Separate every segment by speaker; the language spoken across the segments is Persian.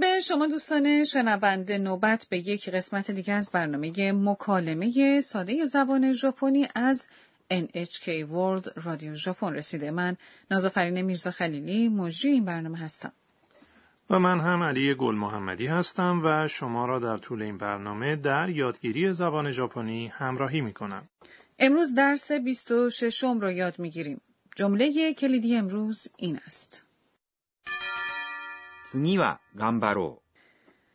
Speaker 1: به شما دوستان شنونده نوبت به یک قسمت دیگه از برنامه مکالمه ساده زبان ژاپنی از NHK World رادیو ژاپن رسیده من نازآفرین میرزا خلیلی مجری این برنامه هستم
Speaker 2: و من هم علی گل محمدی هستم و شما را در طول این برنامه در یادگیری زبان ژاپنی همراهی می کنم.
Speaker 1: امروز درس 26 م رو یاد می گیریم. جمله کلیدی امروز این است.
Speaker 3: 次は頑張ろ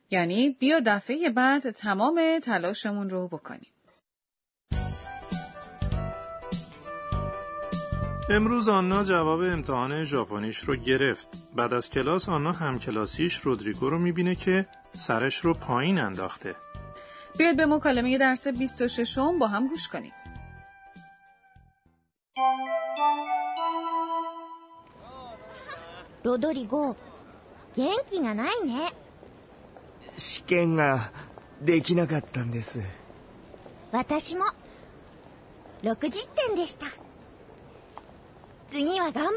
Speaker 1: یعنی بیا دفعه بعد تمام تلاشمون رو بکنیم.
Speaker 2: امروز آنا جواب امتحان ژاپنیش رو گرفت. بعد از کلاس آنا همکلاسیش رودریگو رو میبینه که سرش رو پایین انداخته.
Speaker 1: بیاید به مکالمه درس 26 م با هم گوش کنیم.
Speaker 4: ロドリゴ元気がないね
Speaker 5: 試験ができなかったんです
Speaker 4: 私も60点でした次は頑張ろう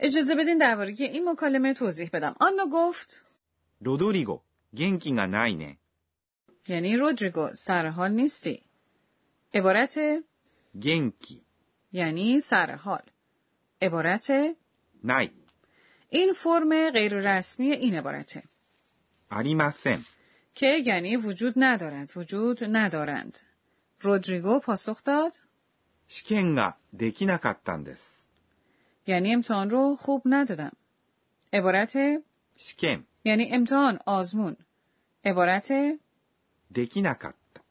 Speaker 1: اجازه بدین درباره این مکالمه توضیح بدم. آنا گفت
Speaker 3: う。ロドリゴ、元気がないね。
Speaker 1: یعنی رودریگو سر حال نیستی. عبارت
Speaker 3: 元気、
Speaker 1: یعنی سر حال. عبارت
Speaker 3: ない、
Speaker 1: این فرم غیر رسمی این عبارته
Speaker 3: ありません。
Speaker 1: که یعنی وجود ندارد، وجود ندارند. رودریگو پاسخ داد
Speaker 3: 試験ができなかったんです。
Speaker 1: یعنی امتحان رو خوب ندادم. عبارت
Speaker 3: 試験、
Speaker 1: یعنی امتحان آزمون. عبارت
Speaker 3: できなかった。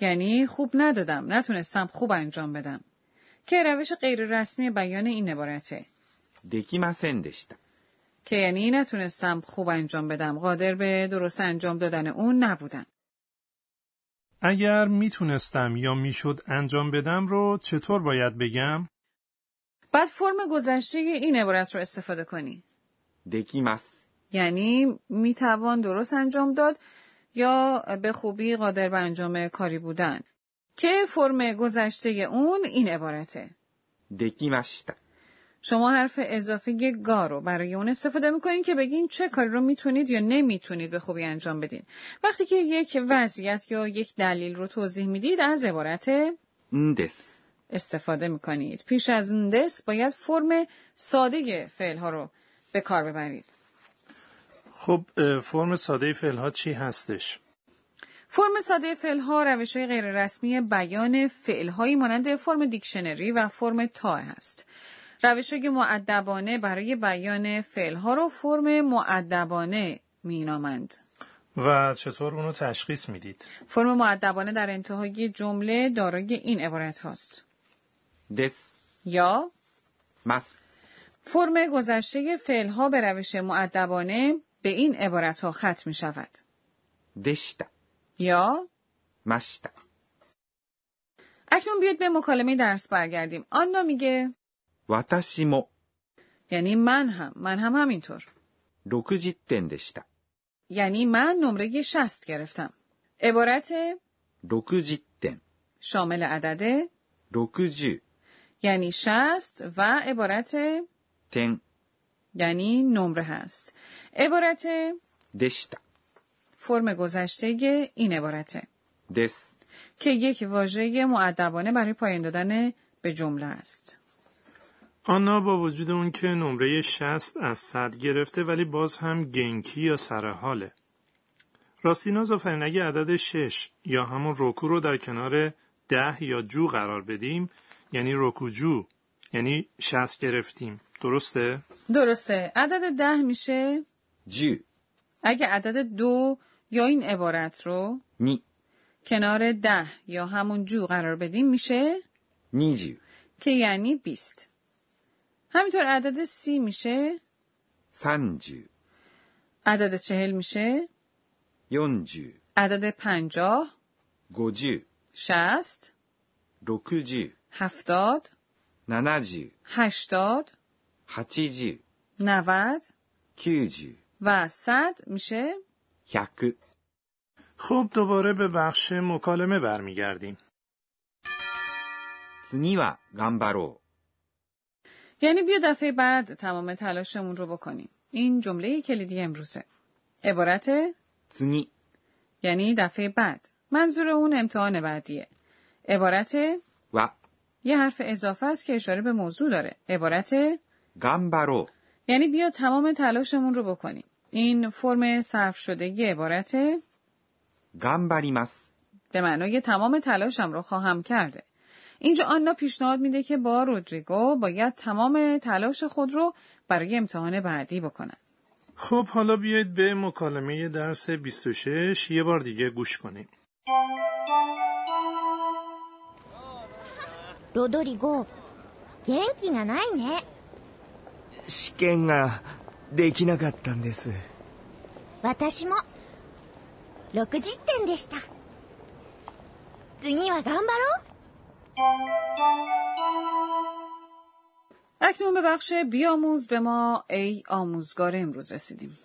Speaker 1: یعنی خوب ندادم، نتونستم خوب انجام بدم. که روش غیر رسمی بیان این عبارته
Speaker 3: できませんでした。
Speaker 1: که یعنی نتونستم خوب انجام بدم قادر به درست انجام دادن اون نبودم
Speaker 2: اگر میتونستم یا میشد انجام بدم رو چطور باید بگم؟
Speaker 1: بعد فرم گذشته این عبارت رو استفاده کنی
Speaker 3: できます。
Speaker 1: یعنی میتوان درست انجام داد یا به خوبی قادر به انجام کاری بودن که فرم گذشته اون این عبارته
Speaker 3: できました。
Speaker 1: شما حرف اضافی گا رو برای اون استفاده میکنین که بگین چه کاری رو میتونید یا نمیتونید به خوبی انجام بدین وقتی که یک وضعیت یا یک دلیل رو توضیح میدید از عبارت
Speaker 3: んです。
Speaker 1: استفاده میکنید. پیش از ندس باید فرم ساده فعل ها رو به کار ببرید.
Speaker 2: خب اه، فرم ساده فعل ها چی هستش؟
Speaker 1: فرم ساده فعل ها روش های غیر رسمی بیان فعل هایی مانند فرم دیکشنری و فرم تا هست. روش های معدبانه برای بیان فعل ها رو فرم معدبانه مینامند.
Speaker 2: و چطور اونو تشخیص میدید؟
Speaker 1: فرم معدبانه در انتهای جمله دارای این عبارت هاست.
Speaker 3: です。
Speaker 1: یا
Speaker 3: ます。
Speaker 1: فرم گذشته فعل ها به روش معدبانه به این عبارت ها ختم می شود.
Speaker 3: でした。
Speaker 1: یا
Speaker 3: ました。
Speaker 1: اکنون بیاید به مکالمه درس برگردیم آنا میگه
Speaker 3: 私も
Speaker 1: یعنی من هم من هم همینطور
Speaker 3: 60点でした。
Speaker 1: یعنی من نمره 60 گرفتم عبارت
Speaker 3: 60点、
Speaker 1: شامل عدده
Speaker 3: 60
Speaker 1: یعنی 60 و عبارت
Speaker 3: 点
Speaker 1: یعنی نمره هست عبارت
Speaker 3: でした。
Speaker 1: فرم گذشته این عبارته
Speaker 3: です。
Speaker 1: که یک واژه معدبانه برای پایان دادن به جمله است
Speaker 2: آنا با وجود اون که نمره 60 از 100 گرفته ولی باز هم گنکی یا سرحاله. راستی نازآفرین اگه عدد 6 یا همون روکو رو در کنار 10 یا جو قرار بدیم یعنی روکو جو یعنی 60 گرفتیم درسته؟
Speaker 1: درسته عدد ده میشه
Speaker 3: 10、
Speaker 1: اگه عدد دو یا این عبارت رو
Speaker 3: 2、
Speaker 1: کنار ده یا همون جو قرار بدیم میشه
Speaker 3: 20、
Speaker 1: که یعنی بیست. همینطور عدد سی میشه،
Speaker 3: 30、
Speaker 1: عدد چهل میشه،
Speaker 3: 40、
Speaker 1: عدد پنجاه،
Speaker 3: 50、
Speaker 1: شست،
Speaker 3: 60、
Speaker 1: هفتاد،
Speaker 3: 70、
Speaker 1: هشتاد،
Speaker 3: 80、
Speaker 1: نود
Speaker 3: 90、
Speaker 1: و صد میشه.
Speaker 3: 100。
Speaker 2: خب دوباره به بخش مکالمه برمیگردیم.
Speaker 3: 次は頑張ろ
Speaker 1: یعنی بیا دفعه بعد تمام تلاشمون رو بکنیم این جمله کلیدی امروزه عبارت
Speaker 3: 次、
Speaker 1: یعنی دفعه بعد منظور اون امتحان بعدیه عبارت
Speaker 3: は、
Speaker 1: یه حرف اضافه است که اشاره به موضوع داره عبارت
Speaker 3: 頑張ろ
Speaker 1: یعنی بیا تمام تلاشمون رو بکنیم این فرم صرف شدگی عبارت
Speaker 3: う、頑張ります。
Speaker 1: به معنای تمام تلاشم رو خواهم کرده اینجا آنا پیشنهاد میده که با رودریگو باید تمام تلاش خود رو برای امتحان بعدی بکنن
Speaker 2: خب حالا بیایید به مکالمه درس 26 یه بار دیگه گوش کنیم
Speaker 4: ロドリゴ元気がないね
Speaker 5: 試験ができなかったんです
Speaker 4: 私も60点でした次は頑張ろう
Speaker 1: اکنون به بخش بیاموز به ما ای آموزگار امروز رسیدیم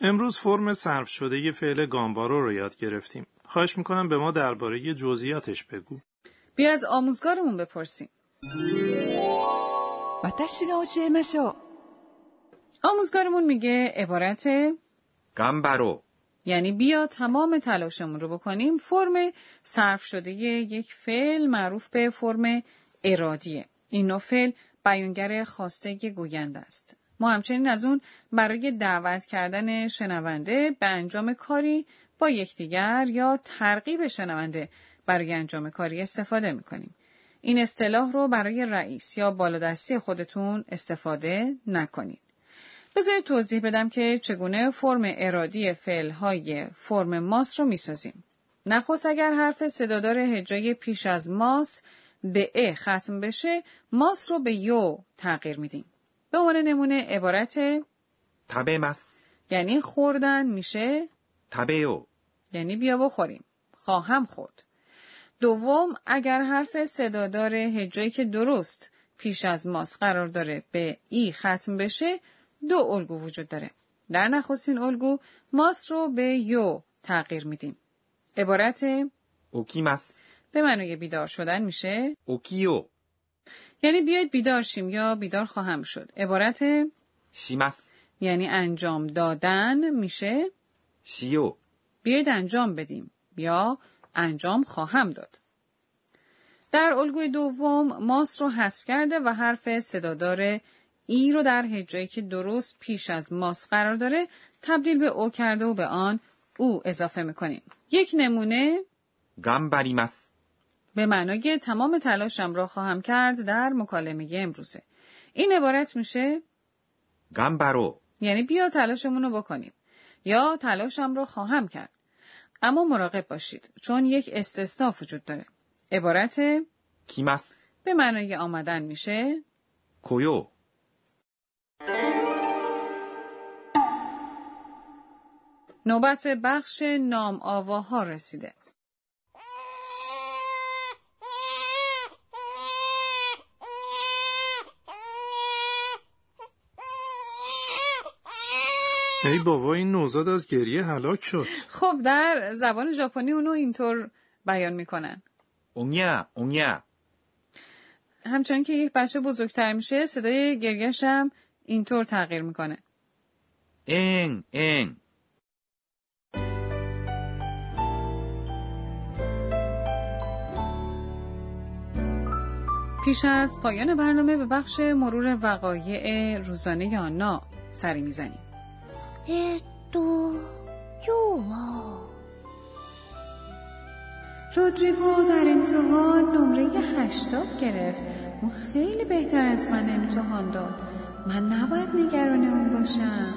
Speaker 2: امروز فرم صرف شده یه فعل گامبارو رو یاد گرفتیم. خواهش میکنم به ما درباره جزئیاتش بگو.
Speaker 1: بیا از آموزگارمون بپرسیم
Speaker 6: 私が教えましょう
Speaker 1: آموزگارمون میگه عبارت
Speaker 3: 頑張ろ
Speaker 1: یعنی بیا تمام تلاشمون رو بکنیم فرم صرف شده یک فعل معروف به فرم ارادیه این نوع فعل بیانگر خواسته گوینده است ما همچنین از اون برای دعوت کردن شنونده به انجام کاری با یکدیگر یا ترغیب شنونده برای انجام کاری استفاده میکنیم این اصطلاح رو برای رئیس یا بالادستی خودتون استفاده نکنید بذارید توضیح بدم که چگونه فرم ارادی فعلهای فرم ماس رو میسازیم. نخست اگر حرف صدادار هجای پیش از ماس به ا ختم بشه ماس رو به یو تغییر میدیم. به عنوان نمونه عبارت
Speaker 3: う。食べます。
Speaker 1: یعنی خوردن میشه
Speaker 3: 食べよ
Speaker 1: یعنی بیا بخوریم. خواهم خورد. دوم اگر حرف صدادار هجایی که درست پیش از ماس قرار داره به ای ختم بشه دو الگو وجود داره. در نخستین الگو ماس رو به یو تغییر میدیم. عبارت
Speaker 3: う。起きます。
Speaker 1: به معنای بیدار شدن میشه
Speaker 3: 起きよう。
Speaker 1: یعنی بیاید بیدار شیم یا بیدار خواهم شد. عبارت
Speaker 3: します。
Speaker 1: یعنی انجام دادن میشه
Speaker 3: しよ
Speaker 1: بیایید انجام بدیم یا انجام خواهم داد. در الگوی دوم ماس رو حذف کرده و حرف صدادار ای رو در هجایی که درست پیش از ماس قرار داره تبدیل به او کرده و به آن او اضافه میکنیم. یک نمونه
Speaker 3: う。頑張ります。
Speaker 1: به معنای تمام تلاشم را خواهم کرد در مکالمه امروزه. این عبارت میشه
Speaker 3: 頑張ろ
Speaker 1: یعنی بیا تلاشمون رو بکنیم یا تلاشم رو خواهم کرد اما مراقب باشید چون یک استثناء وجود داره عبارت
Speaker 3: う。来ます。
Speaker 1: به معنای آمدن میشه
Speaker 3: 来よう。
Speaker 1: نوبت به بخش نام آواها رسیده
Speaker 2: ای بابا این نوزاد از گریه هلاک شد.
Speaker 1: خب در زبان ژاپنی اونو اینطور بیان میکنن
Speaker 3: おにゃー、おにゃ
Speaker 1: همچنان که یک بچه بزرگتر میشه صدای گریه‌ش هم اینطور تغییر میکنه
Speaker 3: ー。えーん、えーん。
Speaker 1: پیش از پایان برنامه به بخش مرور وقایع روزانه آنا سری میزنیم
Speaker 4: えーっと今日は
Speaker 1: رودریگو در امتحان نمره 80 گرفت اون خیلی بهتر از من امتحان داد من نباید نگران اون باشم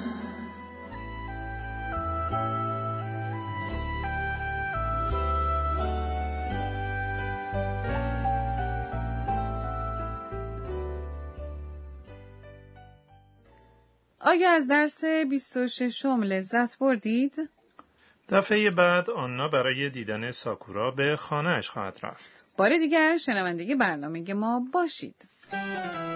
Speaker 1: آیا از درس 26 لذت بردید؟
Speaker 2: دفعه بعد آنا برای دیدن ساکورا به خانهش خواهد رفت.
Speaker 1: بار دیگر شنوندگی برنامه ما باشید